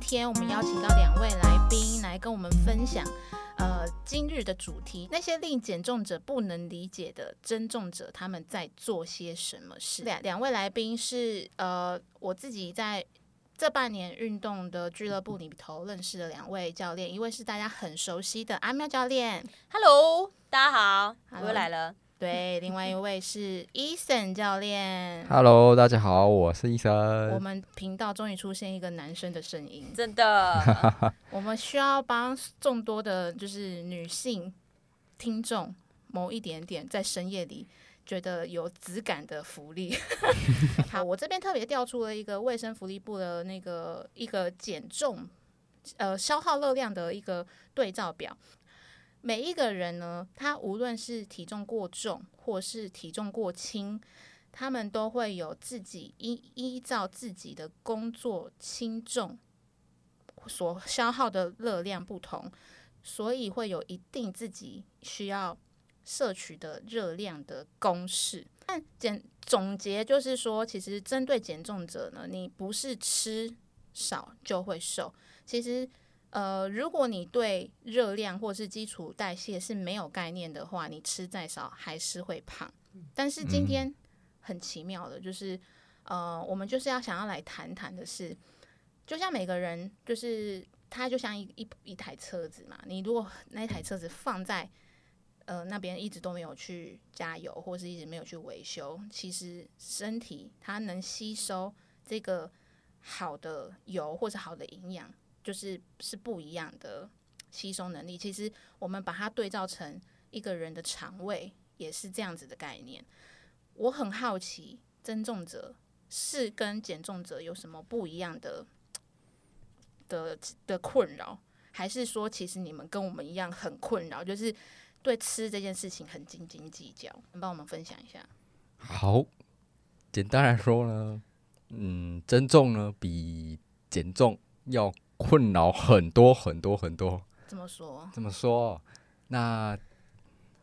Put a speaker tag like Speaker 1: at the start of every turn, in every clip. Speaker 1: 天我们邀请到两位来宾来跟我们分享，呃，今日的主题，那些令减重者不能理解的增重者，他们在做些什么事？两两位来宾是呃，我自己在这半年运动的俱乐部里头认识的两位教练，一位是大家很熟悉的阿妙教练，
Speaker 2: Hello，大家好，
Speaker 1: Hello
Speaker 2: 我又来了。
Speaker 1: 对，另外一位是 Eason 教练。
Speaker 3: Hello，大家 好，我是医
Speaker 1: 我
Speaker 3: 生。
Speaker 1: 们频道终于出现一个男生的声音，
Speaker 2: 真 的，
Speaker 1: 我们需要帮众多的，就是女性听众谋一点点在深夜里觉得有质感的福利。 好，我这边特别调出了一个卫生福利部的那个一个减重，呃，消耗热量的一个对照表。每一个人呢，他无论是体重过重或是体重过轻，他们都会有自己依依照自己的工作轻重所消耗的热量不同，所以会有一定自己需要摄取的热量的公式。但简总结就是说，其实针对减重者呢，你不是吃少就会瘦。其实，呃，如果你对热量或是基础代谢是没有概念的话，你吃再少还是会胖。但是今天很奇妙的，就是呃，我们就是要想要来谈谈的是，就像每个人，就是它就像一一一台车子嘛，你如果那台车子放在呃那边一直都没有去加油，或是一直没有去维修，其实身体它能吸收这个好的油或者好的营养，就是是不一样的吸收能力。其实我们把它对照成一个人的肠胃，也是这样子的概念。我很好奇，增重者是跟减重者有什么不一样的的的困扰，还是说其实你们跟我们一样很困扰，就是对吃这件事情很斤斤计较？能帮我们分享一下？
Speaker 3: 好，简单来说呢，嗯，增重呢比减重要困扰很多很多很多。
Speaker 1: 怎么说？
Speaker 3: 怎么说？那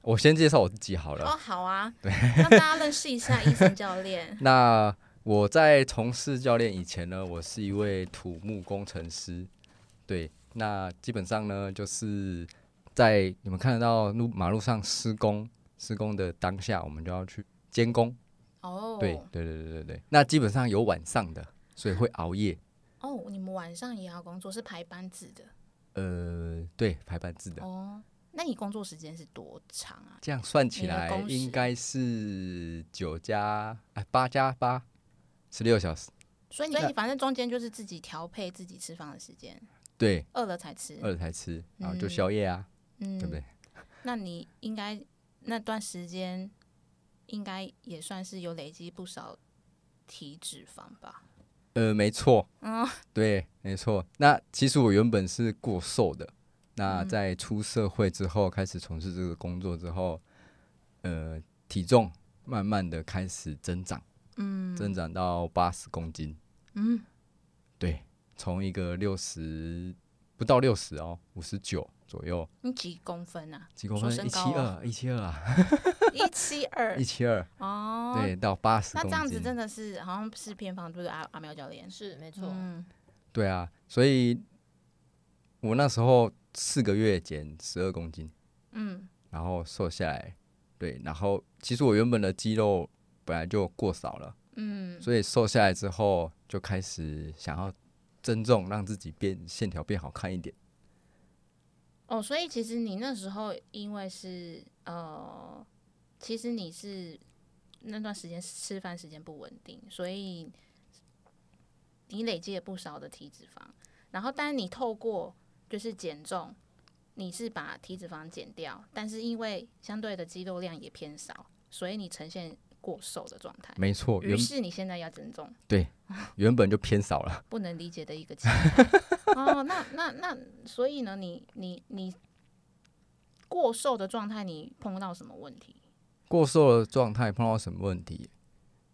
Speaker 3: 我先介绍我自己好了。。
Speaker 1: 哦，好啊，让大家认识一下医生教练
Speaker 3: 那我在从事教练以前呢，我是一位土木工程师。对，那基本上呢，就是在你们看得到路马路上施工施工的当下，我们就要去监工。
Speaker 1: 哦，
Speaker 3: 对对对对对对，那基本上有晚上的，所以会熬夜。
Speaker 1: 哦，你们晚上也要工作，是排班制的
Speaker 3: 呃，对，排班制的，
Speaker 1: 哦。那你工作时间是多长啊？
Speaker 3: 这样算起
Speaker 1: 你的
Speaker 3: 来
Speaker 1: 工时
Speaker 3: 应该是九加哎八加八，十六小时。
Speaker 1: 所以你
Speaker 3: 那
Speaker 1: 你反正中间就是自己调配自己吃饭的时间，
Speaker 3: 对，
Speaker 1: 饿了才吃，
Speaker 3: 饿了才吃，然后就
Speaker 1: 嗯
Speaker 3: 宵夜啊，
Speaker 1: 嗯，
Speaker 3: 对不对？
Speaker 1: 那你应该那段时间应该也算是有累积不少体脂肪吧？
Speaker 3: 呃，没错，
Speaker 1: 嗯，
Speaker 3: 对，没错。那其实我原本是过瘦的，那
Speaker 1: 嗯
Speaker 3: 在出社会之后，开始从事这个工作之后，呃，体重慢慢的开始增长，嗯，增长到八十公斤，
Speaker 1: 嗯，
Speaker 3: 对，从一个六十不到六十哦，五十九左右，
Speaker 1: 你几公分啊？
Speaker 3: 几公分？
Speaker 1: 说
Speaker 3: 一
Speaker 1: 身
Speaker 3: 七
Speaker 1: 高哦，
Speaker 3: 二，一七二啊，
Speaker 1: 一七二
Speaker 3: 一七二，
Speaker 1: 哦。
Speaker 3: 对，到八十
Speaker 1: 那这
Speaker 3: 公
Speaker 1: 样子
Speaker 3: 斤，
Speaker 1: 真的是好像是偏方，对不对？阿阿苗教练，
Speaker 2: 是没错，
Speaker 1: 嗯，
Speaker 3: 对啊，所以我那时候四个月减十二公斤。
Speaker 1: 嗯，
Speaker 3: 然后瘦下来，对，然后其实我原本的肌肉本来就过少了，
Speaker 1: 嗯，
Speaker 3: 所以瘦下来之后就开始想要增重，让自己变线条变好看一点。
Speaker 1: 哦，所以其实你那时候因为是呃，其实你是那段时间吃饭时间不稳定，所以你累积了不少的体脂肪。然后，但是你透过就是减重，你是把体脂肪减掉，但是因为相对的肌肉量也偏少，所以你呈现过瘦的状态。
Speaker 3: 没错，
Speaker 1: 于
Speaker 3: 原
Speaker 1: 是你现在要增重，
Speaker 3: 原本就偏少了。
Speaker 1: 不能理解的一个期待。哦，那那那，所以呢，你你你过瘦的状态，你碰到什么问题？
Speaker 3: 过瘦的状态碰到什么问题？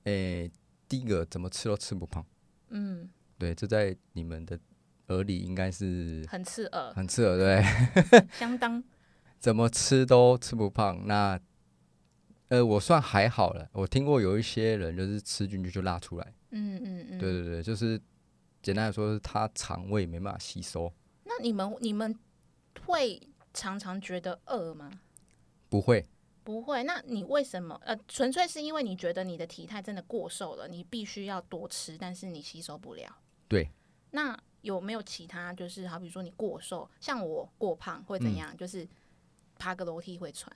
Speaker 3: 诶，第一个怎么吃都吃不胖，
Speaker 1: 嗯，
Speaker 3: 对，这在你们的耳里应该是
Speaker 1: 很刺耳，
Speaker 3: 很刺耳，对不对。
Speaker 1: 相当
Speaker 3: 怎么吃都吃不胖。那呃，我算还好了。我听过有一些人就是吃进去就拉出来，
Speaker 1: 嗯嗯嗯，
Speaker 3: 对对对，就是简单来说，是他肠胃没办法吸收，
Speaker 1: 那你们你们会常常觉得饿吗？
Speaker 3: 不会。
Speaker 1: 不会，那你为什么？呃，纯粹是因为你觉得你的体态真的过瘦了，你必须要多吃，但是你吸收不了。
Speaker 3: 对，
Speaker 1: 那有没有其他就是好比说你过瘦，像我过胖会怎样？就是爬个楼梯会喘，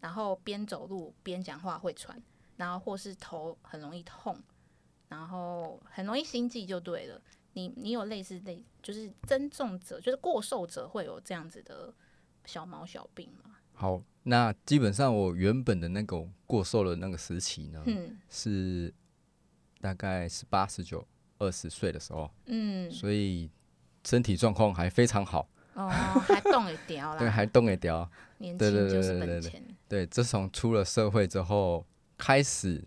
Speaker 1: 然后边走路边讲话会喘，然后或是头很容易痛，然后很容易心悸就对了。你你有类似类就是增重者，就是过瘦者会有这样子的小毛小病吗？
Speaker 3: 好，那基本上我原本的那个过瘦的那个时期呢，
Speaker 1: 嗯
Speaker 3: 是大概十八、十九、二十岁的时候，
Speaker 1: 嗯，
Speaker 3: 所以身体状况还非常好，
Speaker 1: 哦，还动一掉
Speaker 3: 对，
Speaker 1: 啦，
Speaker 3: 还动得掉。
Speaker 1: 年
Speaker 3: 对
Speaker 1: 轻
Speaker 3: 对
Speaker 1: 就是
Speaker 3: 对对
Speaker 1: 本
Speaker 3: 对
Speaker 1: 钱。
Speaker 3: 对，自从出了社会之后，开始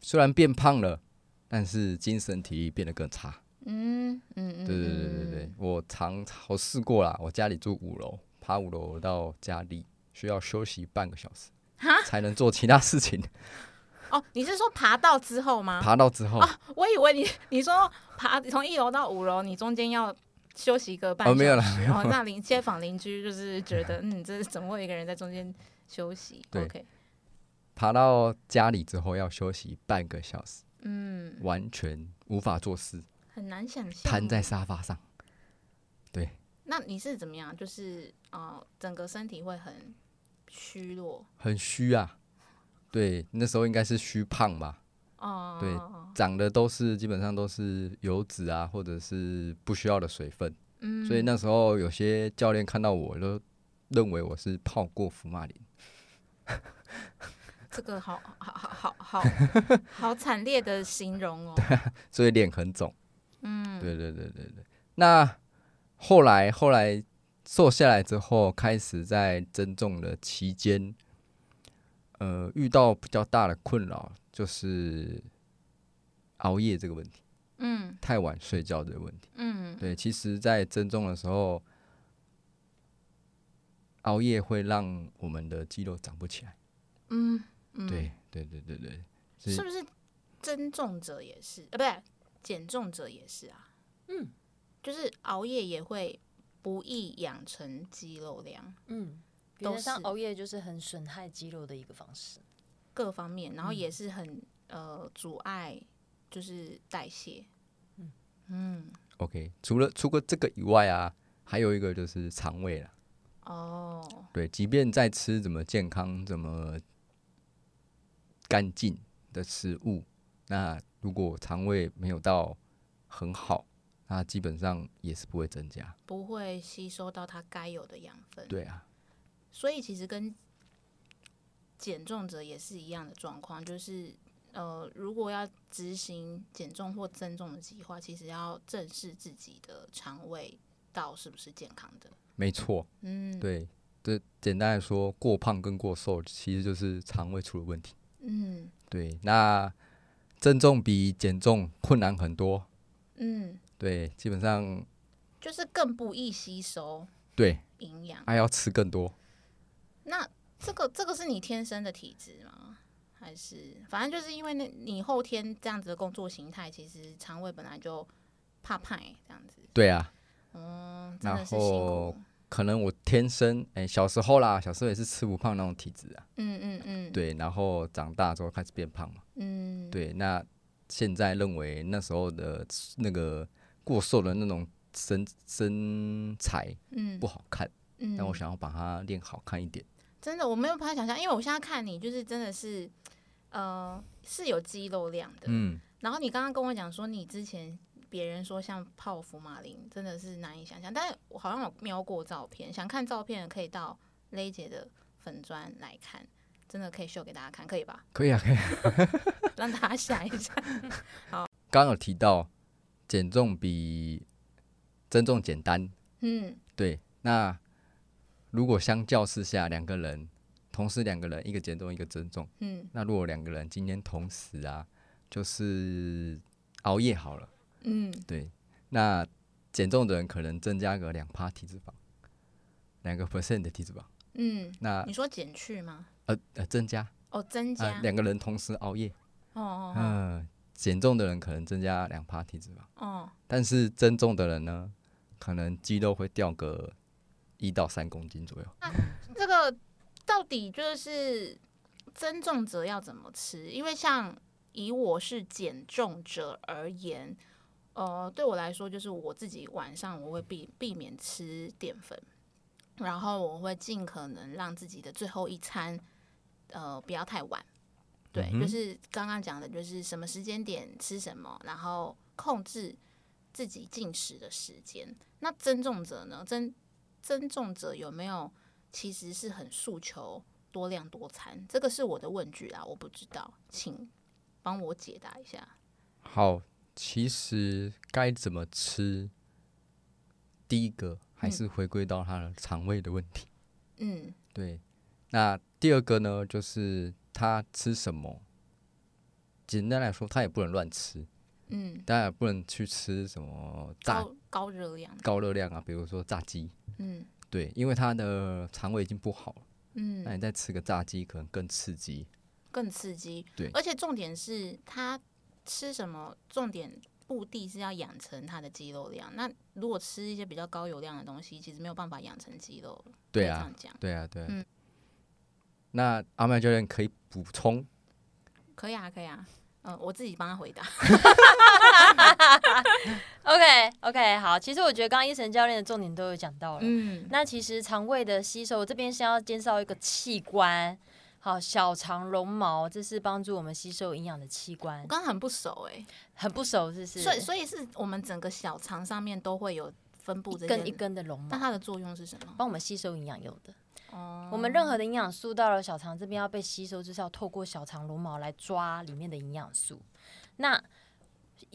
Speaker 3: 虽然变胖了，但是精神体力变得更差。
Speaker 1: 嗯嗯嗯，
Speaker 3: 对对对对对，我常我试过啦，我家里住五楼，爬五楼到家里需要休息半个小时
Speaker 1: 哈，
Speaker 3: 才能做其他 事情。
Speaker 1: 哦，你是说爬到之后吗？
Speaker 3: 爬到之后，
Speaker 1: 我以为你你说爬从一楼到五楼，你中间要休息个半
Speaker 3: 哦
Speaker 1: 小时，
Speaker 3: 没有啦
Speaker 1: 然后让邻街坊邻居就是觉 得，嗯，这是怎么会有一个人在中间休息
Speaker 3: 对
Speaker 1: ？OK，
Speaker 3: 爬到家里之后要休息半个小时，
Speaker 1: 嗯，
Speaker 3: 完全无法做事，
Speaker 1: 很难想象。
Speaker 3: 瘫在沙发上。对，
Speaker 1: 那你是怎么样？就是呃，整个身体会很虚弱
Speaker 3: 很虚啊。对，那时候应该是虚胖吧。
Speaker 1: 哦。
Speaker 3: 对长的都是基本上都是油脂啊，或者是不需要的水分，
Speaker 1: 嗯，
Speaker 3: 所以那时候有些教练看到我都认为我是泡过福马林，
Speaker 1: 这个好好好好好好惨烈的形容哦。
Speaker 3: 所以脸很肿。
Speaker 1: 嗯，
Speaker 3: 对对对对对。那后来后来瘦下来之后，开始在增重的期间，呃，遇到比较大的困扰就是熬夜这个问题，
Speaker 1: 嗯
Speaker 3: 太晚睡觉这个问题。
Speaker 1: 嗯
Speaker 3: 对，其实，在增重的时候，熬夜会让我们的肌肉长不起来。
Speaker 1: 嗯嗯，
Speaker 3: 对，对，对，对，对，是
Speaker 1: 是不是增重者也是？呃，不对，减重者也是啊。
Speaker 2: 嗯，
Speaker 1: 就是熬夜也会不易养成肌肉量，
Speaker 2: 嗯，原
Speaker 1: 都
Speaker 2: 则
Speaker 1: 是
Speaker 2: 上熬夜就是很损害肌肉的一个方式。
Speaker 1: 各方面，然后也是很、呃阻碍就是代谢。嗯
Speaker 3: OK。除了除了这个以外啊，还有一个就是肠胃了。
Speaker 1: 哦，
Speaker 3: 对，即便在吃怎么健康、怎么干净的食物，那如果肠胃没有到很好，那基本上也是不会增加。
Speaker 1: 不会吸收到它该有的养分。
Speaker 3: 对啊，
Speaker 1: 所以其实跟减重者也是一样的状况，就是呃，如果要执行减重或增重的计划，其实要正视自己的肠胃道是不是健康的。
Speaker 3: 没错。
Speaker 1: 嗯，，
Speaker 3: 对，这简单来说，过胖跟过瘦其实就是肠胃出了问题。
Speaker 1: 嗯
Speaker 3: 对，那增重比减重困难很多。
Speaker 1: 嗯，
Speaker 3: 对，基本上
Speaker 1: 就是更不易吸收
Speaker 3: 对，
Speaker 1: 营养。
Speaker 3: 还要吃更多。
Speaker 1: 那这个这个是你天生的体质吗？还是反正就是因为那你后天这样子的工作形态，其实肠胃本来就怕胖这样子，
Speaker 3: 对啊，
Speaker 1: 嗯，真的是辛
Speaker 3: 然后
Speaker 1: 苦。
Speaker 3: 可能我天生哎、小时候啦，小时候也是吃不胖那种体质啊。
Speaker 1: 嗯嗯嗯，，
Speaker 3: 对，然后长大之后开始变胖嘛。
Speaker 1: 嗯，
Speaker 3: 对，那现在认为那时候的那个过瘦的那种身身材
Speaker 1: 嗯
Speaker 3: 不好看，
Speaker 1: 嗯，
Speaker 3: 但我想要把它练好看一点。
Speaker 1: 真的我没有办法想象，因为我现在看你就是真的是，呃，是有肌肉量的。
Speaker 3: 嗯。
Speaker 1: 然后你刚刚跟我讲说，你之前别人说像泡芙马林，真的是难以想象。但是我好像有瞄过照片，想看照片的可以到雷姐的粉砖来看，真的可以秀给大家看，可以 吧？
Speaker 3: 可以啊，可以。
Speaker 1: 让大家想一下。
Speaker 3: 刚刚有提到减重比增重简单，
Speaker 1: 嗯
Speaker 3: 对。那如果相较之下，两个人同时两个人，一个减重一个增重，
Speaker 1: 嗯
Speaker 3: 那如果两个人今天同时啊，就是熬夜好了，
Speaker 1: 嗯，
Speaker 3: 对。那减重的人可能增加个两趴体脂肪，两个 percent 的体脂肪，
Speaker 1: 嗯，
Speaker 3: 那
Speaker 1: 你说减去吗？
Speaker 3: 呃呃增加
Speaker 1: 哦，增加、
Speaker 3: 呃两个人同时熬夜，
Speaker 1: 哦哦哦，
Speaker 3: 嗯、减重的人可能增加两趴体脂肪，
Speaker 1: 哦，
Speaker 3: 但是增重的人呢，可能肌肉会掉个一到三公斤左右。
Speaker 1: 这个到底就是增重者要怎么吃？因为像以我是减重者而言，呃，对我来说，就是我自己晚上我会避避免吃淀粉，然后我会尽可能让自己的最后一餐，呃，不要太晚。对，
Speaker 3: 嗯哼
Speaker 1: 就是刚刚讲的，就是什么时间点吃什么，然后控制自己进食的时间。那增重者呢？增增重者有没有其实是很诉求多量多餐？这个是我的问句啦，我不知道，请帮我解答一下。
Speaker 3: 好，其实该怎么吃，第一个还是回归到他的肠胃的问题。
Speaker 1: 嗯，
Speaker 3: 对，那第二个呢，就是他吃什么。简单来说，他也不能乱吃，
Speaker 1: 嗯，
Speaker 3: 当然也不能去吃什么炸
Speaker 1: 高高热量的，
Speaker 3: 高热量啊，比如说炸鸡。
Speaker 1: 嗯
Speaker 3: 对，因为他的肠胃已经不好了，那
Speaker 1: 嗯，
Speaker 2: 哎
Speaker 3: 你再吃个炸鸡可能更刺激。
Speaker 1: 更刺激。
Speaker 3: 对
Speaker 1: 而且重点是他吃什么，重点目的是要养成他的肌肉量。那如果吃一些比较高油量的东西，其实没有办法养成肌肉。
Speaker 3: 对
Speaker 1: 可以这
Speaker 3: 啊
Speaker 1: 样，讲
Speaker 3: 对啊，对啊。
Speaker 1: 嗯
Speaker 3: 那阿麦教练可以补充，
Speaker 1: 可以啊，可以啊。嗯、我自己帮他回 答。
Speaker 2: OK OK，好，其实我觉得刚刚医生教练的重点都有讲到了。
Speaker 1: 嗯
Speaker 2: 那其实肠胃的吸收，我这边先要介绍一个器官，好，小肠绒毛，这是帮助我们吸收营养的器官
Speaker 1: 我。刚刚很不熟哎、
Speaker 2: 很不熟，是不是？
Speaker 1: 所以所以是我们整个小肠上面都会有分布这些
Speaker 2: 一根一，根的绒
Speaker 1: 那
Speaker 2: 毛，
Speaker 1: 它的作用是什么？
Speaker 2: 帮我们吸收营养用的。
Speaker 1: 哦
Speaker 2: 我们任何的营养素到了小肠这边要被吸收，就是要透过小肠绒毛来抓里面的营养素。那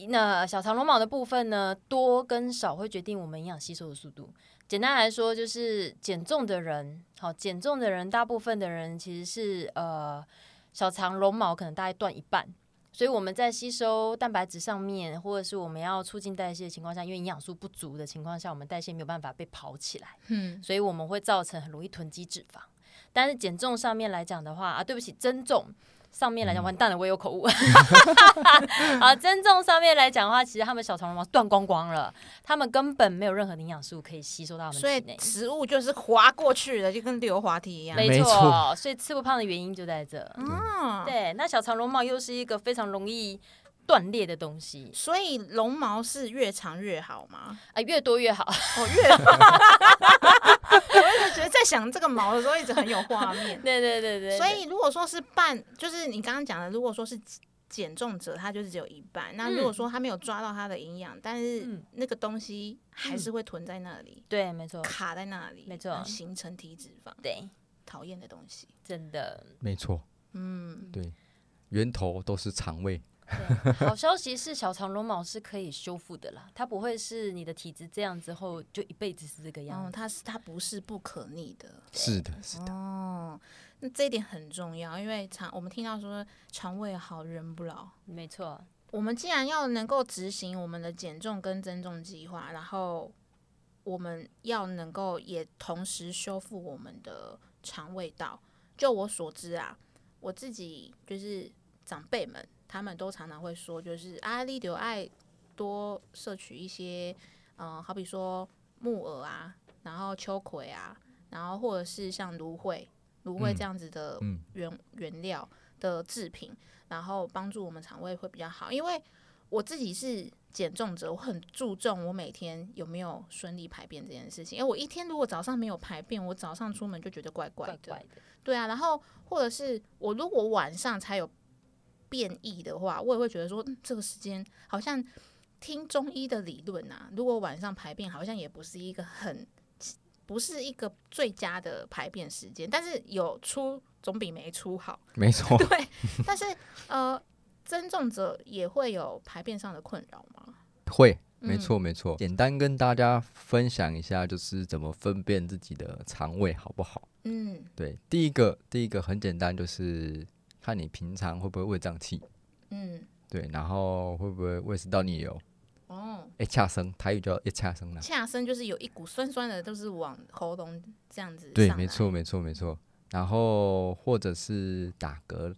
Speaker 2: 那小肠绒毛的部分呢，多跟少会决定我们营养吸收的速度。简单来说，就是减重的人，好，减重的人，大部分的人其实是呃小肠绒毛可能大概断一半，所以我们在吸收蛋白质上面，或者是我们要促进代谢的情况下，因为营养素不足的情况下，我们代谢没有办法被跑起来。
Speaker 1: 嗯
Speaker 2: 所以我们会造成很容易囤积脂肪。但是减重上面来讲的话啊，对不起，增重上面来讲，完蛋了，我有口误。 啊，增重上面来讲的话，其实他们小肠绒毛断光光了，他们根本没有任何营养素可以吸收到他们
Speaker 1: 所
Speaker 2: 体
Speaker 1: 以
Speaker 2: 内。
Speaker 1: 食物就是滑过去的，就跟溜滑梯一样。
Speaker 3: 没
Speaker 2: 没
Speaker 3: 错
Speaker 2: 错，所以吃不胖的原因就在这。
Speaker 1: 嗯，
Speaker 2: 对，那小肠绒毛又是一个非常容易断裂的东西，
Speaker 1: 所以绒毛是越长越好吗？
Speaker 2: 啊、越多越好。
Speaker 1: 哦， 越。我一直觉得在想这个毛的时候，一直很有画面。
Speaker 2: 对对对 对对
Speaker 1: 所以如果说是半，就是你刚刚讲的，如果说是减重者，他就是只有一半。那如果说他没有抓到他的营养，但是
Speaker 2: 嗯
Speaker 1: 那个东西还是会囤在那里，
Speaker 2: 对，没错，
Speaker 1: 卡在那里，
Speaker 2: 没错
Speaker 1: 然后形成体脂肪，
Speaker 2: 对，
Speaker 1: 讨厌的东西。
Speaker 2: 真的。
Speaker 3: 没错，
Speaker 1: 嗯，
Speaker 3: 对，源头都是肠胃。
Speaker 2: 对好消息是，小肠绒毛是可以修复的啦，它不会是你的体质这样之后就一辈子是这个
Speaker 1: 然后
Speaker 2: 样
Speaker 1: 哦
Speaker 2: 子。
Speaker 1: 它是它不是不可逆的。
Speaker 3: 是的，是的，
Speaker 1: 哦，那这一点很重要，因为肠我们听到说肠胃好人不老，
Speaker 2: 没错，
Speaker 1: 我们既然要能够执行我们的减重跟增重计划，然后我们要能够也同时修复我们的肠胃道。就我所知啊，我自己就是长辈们，他们都常常会说，就是啊，你就爱多摄取一些，嗯、好比说木耳啊，然后秋葵啊，然后或者是像芦荟、芦荟这样子的
Speaker 3: 嗯
Speaker 1: 原、原料的制品，然后帮助我们肠胃会比较好。因为我自己是减重者，我很注重我每天有没有顺利排便这件事情。哎，我一天如果早上没有排便，我早上出门就觉得怪怪
Speaker 2: 怪
Speaker 1: 的。
Speaker 2: 怪的。
Speaker 1: 对啊，然后或者是我如果晚上才有变异的话，我也会觉得说，嗯，这个时间好像听中医的理论啊，如果晚上排便好像也不是一个很不是一个最佳的排便时间，但是有出总比没出好。
Speaker 3: 没错。
Speaker 1: 但是呃，增重者也会有排便上的困扰吗？
Speaker 3: 会，
Speaker 1: 嗯
Speaker 3: 没错没错。简单跟大家分享一下，就是怎么分辨自己的肠胃好不好。
Speaker 1: 嗯，
Speaker 3: 对，第一个第一个很简单，就是看你平常会不会胃胀气，
Speaker 1: 嗯，
Speaker 3: 对，然后会不会胃食道逆流，
Speaker 1: 哦，
Speaker 3: 一掐声，台语叫一掐声啦。
Speaker 1: 下身就是有一股酸酸的，都是往喉咙这样子。
Speaker 3: 对，没。错没错没错。然后或者是打嗝，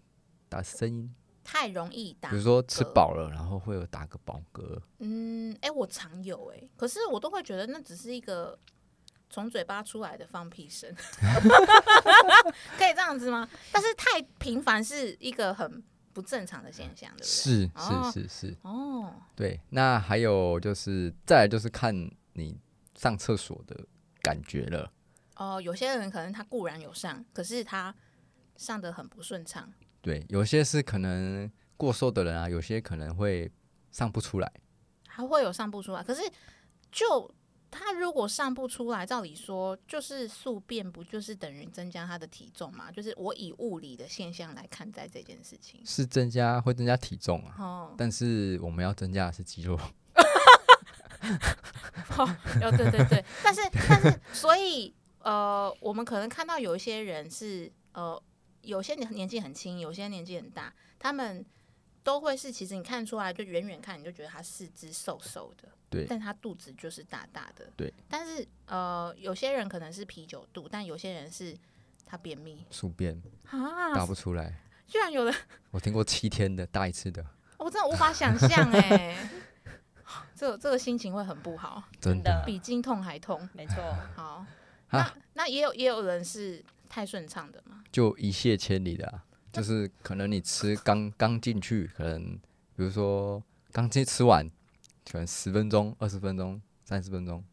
Speaker 3: 打声音，
Speaker 1: 太容易打
Speaker 3: 比如。说吃饱了，然后会有打个饱嗝，
Speaker 1: 嗯，哎、我常有哎、可是我都会觉得那只是一个从嘴巴出来的放屁声， 可以这样子吗？但是太频繁是一个很不正常的现象，对不对？
Speaker 3: 是
Speaker 1: 哦
Speaker 3: 是是是，
Speaker 1: 哦，
Speaker 3: 对。那还有就是，再来就是看你上厕所的感觉了，
Speaker 1: 哦，有些人可能他固然有上，可是他上的很不顺畅。
Speaker 3: 对，有些是可能过瘦的人啊，有些可能会上不出来，
Speaker 1: 还会有上不出来。可是就他如果上不出来，照理说就是宿便，不就是等于增加他的体重嘛？就是我以物理的现象来看待这件事情。
Speaker 3: 是增加会增加体重啊，
Speaker 1: 哦，
Speaker 3: 但是我们要增加的是肌肉。
Speaker 1: 哦，对对对，但 是但是，所以呃，我们可能看到有一些人是呃，有些年年纪很轻，有些年纪很大，他们都会是，其实你看出来，就远远看你就觉得他四肢瘦瘦的，
Speaker 3: 对
Speaker 1: 但他肚子就是大大的，
Speaker 3: 对。
Speaker 1: 但是呃，有些人可能是啤酒肚，但有些人是他便秘
Speaker 3: 宿便打
Speaker 1: 啊，
Speaker 3: 不出来，
Speaker 1: 居然有人，
Speaker 3: 我听过七天的大一次的，
Speaker 1: 我真的无法想象哎、 这这个心情会很不好，
Speaker 3: 真
Speaker 2: 的
Speaker 3: 的
Speaker 1: 比经痛还痛。
Speaker 2: 没错，
Speaker 1: 好，
Speaker 3: 啊
Speaker 1: 那那也有也有人是太顺畅的嘛？
Speaker 3: 就一泻千里的、啊，就是可能你吃刚刚进去，可能比如说刚进吃完，可能十分钟、二十分钟、三十分钟，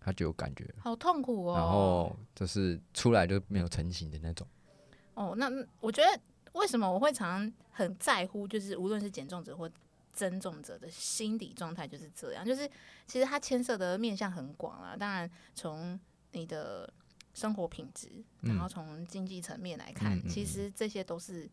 Speaker 3: 它就有感觉了，
Speaker 1: 好痛苦哦。
Speaker 3: 然后就是出来就没有成型的那种。
Speaker 1: 哦，那那我觉得为什么我会常常很在乎，就是无论是减重者或增重者的心理状态就是这样，就是其实它牵涉的面向很广啦。当然，从你的生活品质，然
Speaker 3: 嗯
Speaker 1: 后从经济层面来看，
Speaker 3: 嗯嗯
Speaker 1: 其
Speaker 3: 嗯
Speaker 1: 实这些都是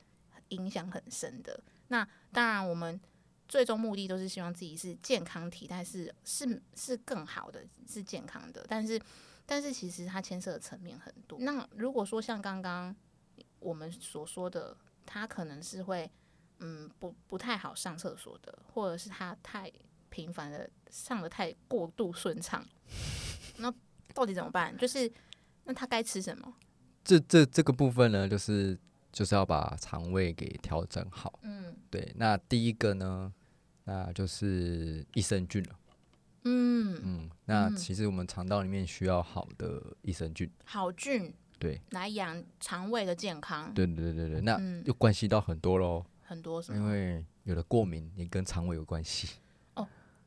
Speaker 1: 影响很深的。那当然，我们最终目的都是希望自己是健康体态是是是更好的，是健康的。但是但是其实它牵涉的层面很多。那如果说像刚刚我们所说的，它可能是会嗯不不太好上厕所的，或者是它太频繁的上的太过度顺畅，那到底怎么办？就是那他该吃什么？
Speaker 3: 这这这个部分呢，就是就是要把肠胃给调整好。
Speaker 1: 嗯
Speaker 3: 对，那第一个呢，那就是益生菌了。
Speaker 1: 嗯，
Speaker 3: 嗯，那
Speaker 1: 嗯
Speaker 3: 其实我们肠道里面需要好的益生菌。
Speaker 1: 好菌
Speaker 3: 对，
Speaker 1: 来养肠胃的健康，
Speaker 3: 对对对对对，那
Speaker 1: 嗯
Speaker 3: 又关系到很多喽，
Speaker 1: 很多什
Speaker 3: 因
Speaker 1: 么？
Speaker 3: 为有的过敏也跟肠胃有关系。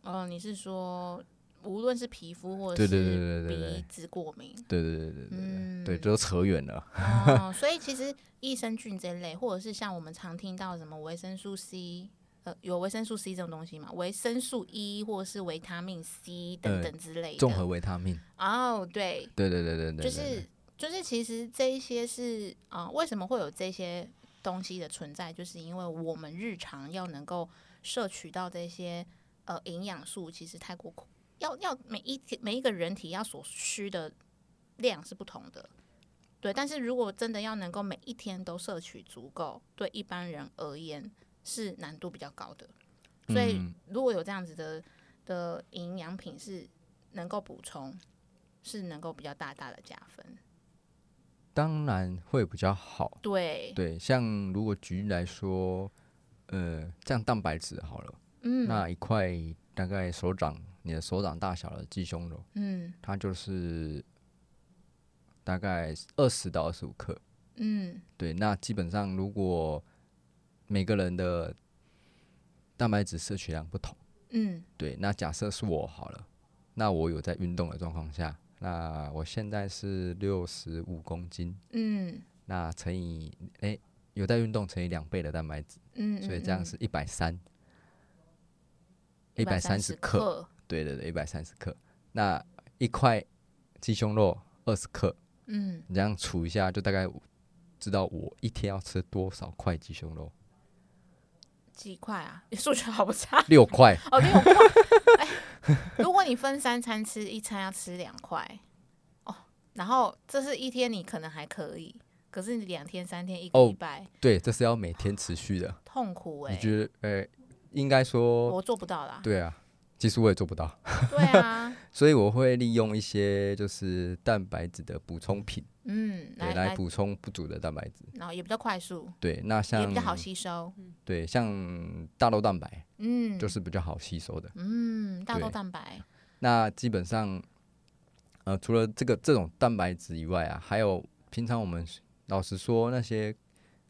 Speaker 1: 呃，你是说无论是皮肤或者
Speaker 3: 嗯对对对
Speaker 1: 是
Speaker 3: 对对对
Speaker 1: 鼻子过敏，
Speaker 3: 对对对对对对，对，
Speaker 1: 嗯
Speaker 3: 这都扯远了。
Speaker 1: 哦，所以其实益生菌这类，或者是像我们常听到什么维生素 C，呃，有维生素 C 这种东西嘛，维生素 E 或者是维他命 C 等
Speaker 3: 嗯
Speaker 1: 等之类的。
Speaker 3: 综合维他命，
Speaker 1: 哦，对，
Speaker 3: 对对对对
Speaker 1: 就
Speaker 3: 对，对
Speaker 1: 是就是，其实这一些是啊、呃为什么会有这些东西的存在？就是因为我们日常要能够摄取到这些呃营养素，其实太过苦，要要每一天每一个人体要所需的量是不同的。对，但是如果真的要能够每一天都摄取足够，对一般人而言是难度比较高的。所以
Speaker 3: 嗯
Speaker 1: 如果有这样子的的营养品是能够补充，是能够比较大大的加分。
Speaker 3: 当然会比较好。
Speaker 1: 对，
Speaker 3: 对，像如果举例来说，呃，像蛋白质好了，
Speaker 1: 嗯，
Speaker 3: 那一块大概手掌你的手掌大小的鸡胸肉，
Speaker 1: 嗯
Speaker 3: 它就是大概二十到二十五克。
Speaker 1: 嗯
Speaker 3: 对，那基本上如果每个人的蛋白质摄取量不同，
Speaker 1: 嗯
Speaker 3: 对，那假设是我好了，那我有在运动的状况下，那我现在是六十五公斤，
Speaker 1: 嗯
Speaker 3: 那乘以诶有在运动乘以两倍的蛋白质，
Speaker 1: 嗯，
Speaker 3: 所以这样是一百三，一百三十
Speaker 1: 130
Speaker 3: 克，
Speaker 1: 克，
Speaker 3: 对对对，一百三十克，那一块鸡胸肉二十克，
Speaker 1: 嗯，
Speaker 3: 你这样除一下，就大概知道我一天要吃多少块鸡胸肉。
Speaker 1: 几块啊？ 你数学好不差
Speaker 3: 六块，
Speaker 1: 哦， 六块。哎如果你分三餐吃，一餐要吃两块哦，然后这是一天你可能还可以，可是你两天、三天、一个
Speaker 3: 哦
Speaker 1: 礼拜、
Speaker 3: 对，这是要每天持续的。
Speaker 1: 痛苦哎、
Speaker 3: 你觉得，呃，应该说，
Speaker 1: 我做不到啦。
Speaker 3: 对啊，其实我也做不到。
Speaker 1: 对啊，
Speaker 3: 所以我会利用一些就是蛋白质的补充品，
Speaker 1: 嗯，
Speaker 3: 对，
Speaker 1: 来
Speaker 3: 来
Speaker 1: 来，
Speaker 3: 补充不足的蛋白质。
Speaker 1: 然后也比较快速，
Speaker 3: 对，那
Speaker 1: 也
Speaker 3: 像
Speaker 1: 比较好吸收，
Speaker 3: 对像大豆蛋白
Speaker 1: 嗯，
Speaker 3: 就是比较好吸收的。
Speaker 1: 嗯，大豆
Speaker 3: 对
Speaker 1: 蛋白，
Speaker 3: 那基本上，呃，除了这个这种蛋白质以外啊，还有平常我们老实说那些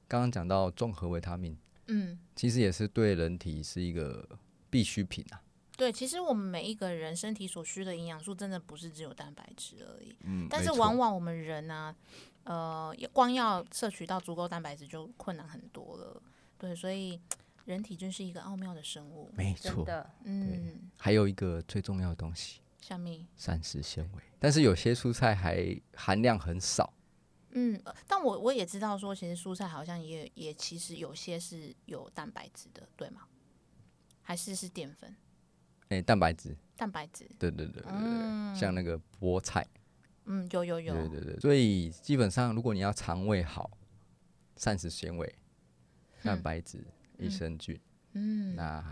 Speaker 3: 刚刚讲到综合维他命，
Speaker 1: 嗯，
Speaker 3: 其实也是对人体是一个必需品啊。
Speaker 1: 对，其实我们每一个人身体所需的营养素，真的不是只有蛋白质而已。
Speaker 3: 嗯，
Speaker 1: 但是
Speaker 3: 没错
Speaker 1: 往往我们人呢、呃，也光要摄取到足够蛋白质就困难很多了。对，所以人体真是一个奥妙的生物。
Speaker 3: 没
Speaker 2: 真
Speaker 3: 错，
Speaker 2: 的，
Speaker 1: 嗯，
Speaker 3: 还有一个最重要的东西，
Speaker 1: 小米，
Speaker 3: 膳食纤维。但是有些蔬菜还含量很少，
Speaker 1: 嗯，呃但我我也知道说，其实蔬菜好像也也其实有些是有蛋白质的，对吗？还是是淀粉、
Speaker 3: 哎、蛋白质，
Speaker 1: 蛋白质？
Speaker 3: 对对对对对对
Speaker 1: 嗯
Speaker 3: 像那个菠菜，
Speaker 1: 嗯，有有有，
Speaker 3: 对对对。所以基本上，如果你要肠胃好，膳食纤维、蛋白质、益生菌，
Speaker 1: 嗯
Speaker 3: 那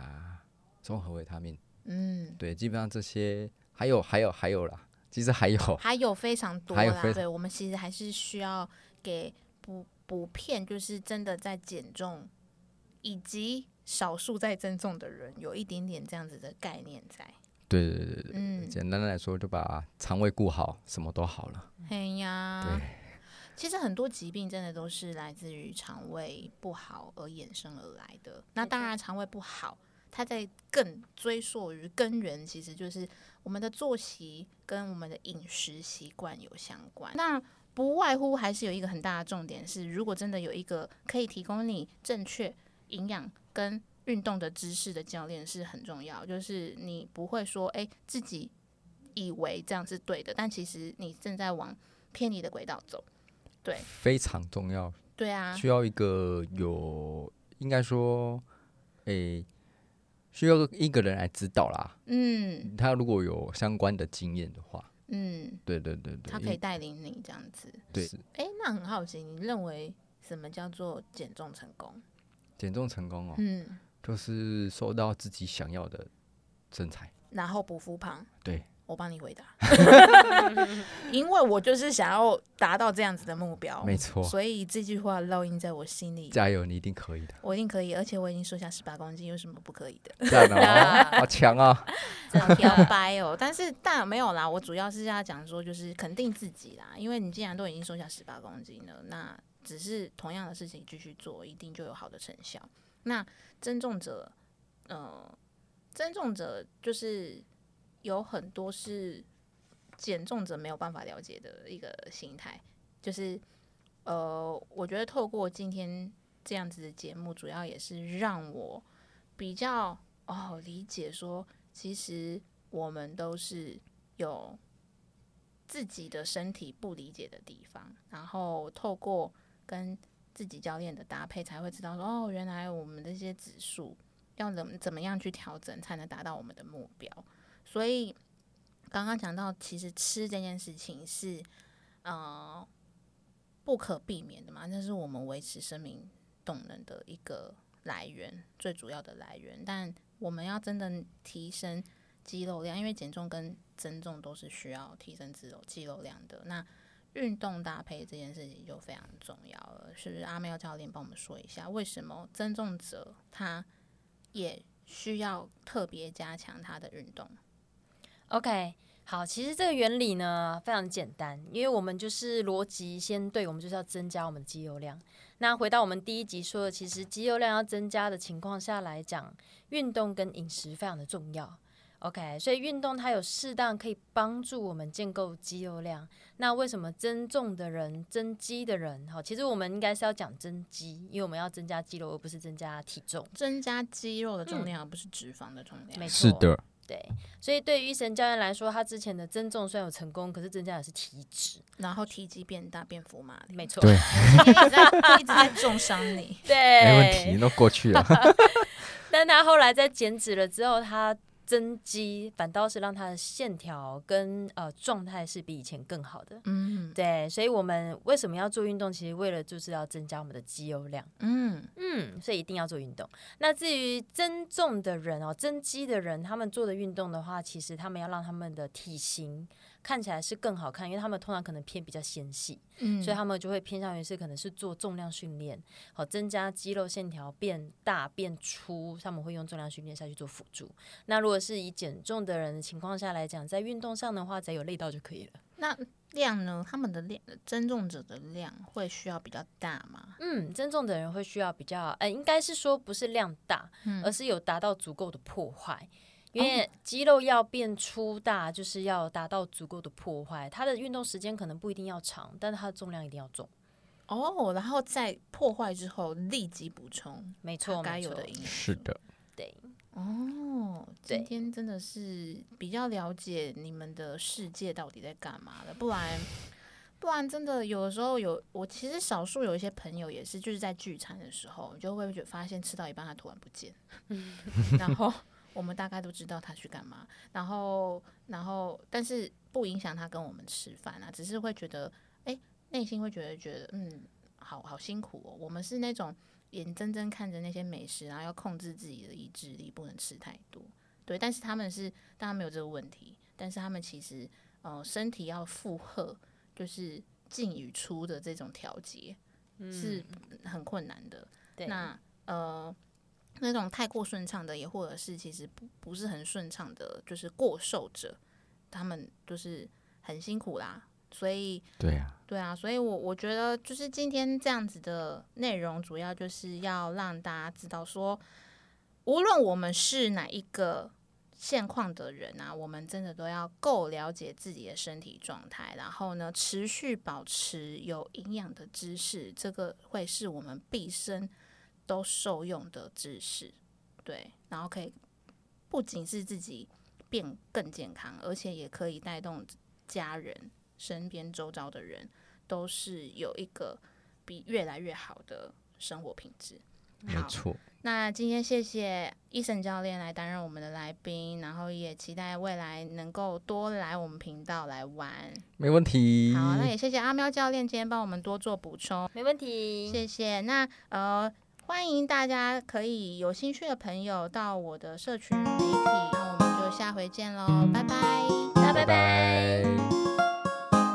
Speaker 3: 综合维他命，
Speaker 1: 嗯，
Speaker 3: 对，基本上这些还有还有还有啦，其实还有
Speaker 1: 还有非常多
Speaker 3: 还有
Speaker 1: 啦，
Speaker 3: 非
Speaker 1: 对我们其实还是需要给补补片，就是真的在减重以及少数在增重的人有一点点这样子的概念在。
Speaker 3: 对对对对，
Speaker 1: 嗯，
Speaker 3: 简单的来说，就把肠胃顾好，什么都好了。
Speaker 1: 哎呀
Speaker 3: 对，
Speaker 1: 其实很多疾病真的都是来自于肠胃不好而衍生而来的。那当然，肠胃不好，它在更追溯于根源，其实就是我们的作息跟我们的饮食习惯有相关。那不外乎还是有一个很大的重点是，如果真的有一个可以提供你正确营养跟运动的知识的教练是很重要，就是你不会说，哎、自己以为这样是对的，但其实你正在往偏离的轨道走。对
Speaker 3: 非常重要，
Speaker 1: 对啊，
Speaker 3: 需要一个有，应该说，诶、需要一个人来指导啦。
Speaker 1: 嗯
Speaker 3: 他如果有相关的经验的话，
Speaker 1: 嗯，
Speaker 3: 对对对对，
Speaker 1: 他可以
Speaker 3: 因
Speaker 1: 带领你这样子。
Speaker 3: 对
Speaker 1: 哎、那很好奇，你认为什么叫做减重成功？
Speaker 3: 减重成功哦，
Speaker 1: 嗯，
Speaker 3: 就是收到自己想要的身材。
Speaker 1: 然后不复胖。
Speaker 3: 对，
Speaker 1: 我帮你回 答，因为我就是想要达到这样子的目标，
Speaker 3: 没错，
Speaker 1: 哦所以这句话烙印在我心里，，
Speaker 3: 加油，你一定可以的
Speaker 1: 我一定可以，而且我已经瘦下十八公斤，有什么不可以的？
Speaker 3: 赞 哦，好强啊！
Speaker 1: 这样 摇摆哦，但是但没有啦，我主要是要讲说，就是肯定自己啦，因为你既然都已经瘦下十八公斤了，那只是同样的事情继续做，一定就有好的成效。那增重者，呃，增重者就是有很多是减重者没有办法了解的一个心态，就是呃，我觉得透过今天这样子的节目，主要也是让我比较哦理解说，其实我们都是有自己的身体不理解的地方，然后透过跟自己教练的搭配，才会知道说哦，原来我们这些指数要怎怎么样去调整，才能达到我们的目标。所以刚刚讲到，其实吃这件事情是呃不可避免的嘛，那是我们维持生命动能的一个来源，最主要的来源。但我们要真的提升肌肉量，因为减重跟增重都是需要提升肌肉肌肉量的。那运动搭配这件事情就非常重要了，是不是？阿喵教练帮我们说一下，为什么增重者他也需要特别加强他的运动？
Speaker 2: OK，好，其实这个原理呢非常简单，因为我们就是逻辑先对，我们就是要增加我们的肌肉量。那回到我们第一集说的，其实肌肉量要增加的情况下来讲，运动跟饮食非常的重要。OK，所以运动它有适当可以帮助我们建构肌肉量。那为什么增重的人、增肌的人，好，其实我们应该是要讲增肌，因为我们要增加肌肉，而不是增加体重。
Speaker 1: 增加肌肉的重量，而不是脂肪的重量。
Speaker 2: 嗯没错，
Speaker 3: 是的，
Speaker 2: 对，所以对于医生教练来说，他之前的增重虽然有成功，可是增加的是体脂。
Speaker 1: 然后体积变大，变福马林，
Speaker 2: 没错，
Speaker 3: 对
Speaker 1: 一直在一直在重伤 你。
Speaker 2: 对
Speaker 3: 没问题，。都过去了。
Speaker 2: 但他后来在减脂了之后，他增肌，反倒是让它的线条跟呃状态是比以前更好的。
Speaker 1: 嗯
Speaker 2: 对，所以我们为什么要做运动？其实为了就是要增加我们的肌肉量。
Speaker 1: 嗯
Speaker 2: 嗯，所以一定要做运动。那至于增重的人哦，增肌的人，他们做的运动的话，其实他们要让他们的体型看起来是更好看，因为他们通常可能偏比较纤细，
Speaker 1: 嗯，
Speaker 2: 所以他们就会偏向于是可能是做重量训练，好、增加肌肉线条变大变粗，他们会用重量训练下去做辅助。那如果是以减重的人的情况下来讲，在运动上的话，只要有累到就可以了。
Speaker 1: 那量呢？他们的量，增重者的量会需要比较大吗？
Speaker 2: 嗯，增重的人会需要比较，呃，应该是说不是量大，
Speaker 1: 嗯哦
Speaker 2: 而是有达到足够的破坏。因为肌肉要变粗大，就是要达到足够的破坏。它的运动时间可能不一定要长，但是它的重量一定要重。
Speaker 1: 哦，然后在破坏之后立即补充
Speaker 2: 没错，
Speaker 1: 它该
Speaker 2: 没
Speaker 1: 有
Speaker 2: 错
Speaker 1: 的营养。
Speaker 3: 是的，
Speaker 2: 对，
Speaker 1: 哦，今
Speaker 2: 对
Speaker 1: 天真的是比较了解你们的世界到底在干嘛了，不然。不然真的有的时候有，我其实少数有一些朋友也是，就是在聚餐的时候，你就会觉发现吃到一半他突然不见，然后我们大概都知道他去干嘛，然后然后但是不影响他跟我们吃饭啊，只是会觉得，哎，内心会觉得觉得，嗯，好好辛苦哦。我们是那种眼睁睁看着那些美食，然后要控制自己的意志力，不能吃太多。对，但是他们是当然没有这个问题，但是他们其实呃身体要负荷，就是进与出的这种调节、是很困难的。
Speaker 2: 对，
Speaker 1: 那呃那种太过顺畅的，也或者是其实不不是很顺畅的，就是过瘦者，他们就是很辛苦啦。所以
Speaker 3: 对啊，
Speaker 1: 对啊，所以我我觉得就是今天这样子的内容，主要就是要让大家知道说，无论我们是哪一个现况的人啊，我们真的都要够了解自己的身体状态，然后呢，持续保持有营养的知识，这个会是我们毕生都受用的知识，对，然后可以不仅是自己变更健康，而且也可以带动家人。身边周遭的人都是有一个比越来越好的生活品质。
Speaker 3: 没
Speaker 1: 好，
Speaker 3: 错，
Speaker 1: 那今天谢谢医生教练来担任我们的来宾，然后也期待未来能够多来我们频道来玩。
Speaker 3: 没问题。
Speaker 1: 好，那也谢谢阿喵教练今天帮我们多做补充。
Speaker 2: 没问题。
Speaker 1: 谢谢。那呃，欢迎大家可以有兴趣的朋友到我的社群媒体，那我们就下回见喽，拜拜。
Speaker 2: 那
Speaker 3: 拜
Speaker 2: 拜拜。
Speaker 3: 拜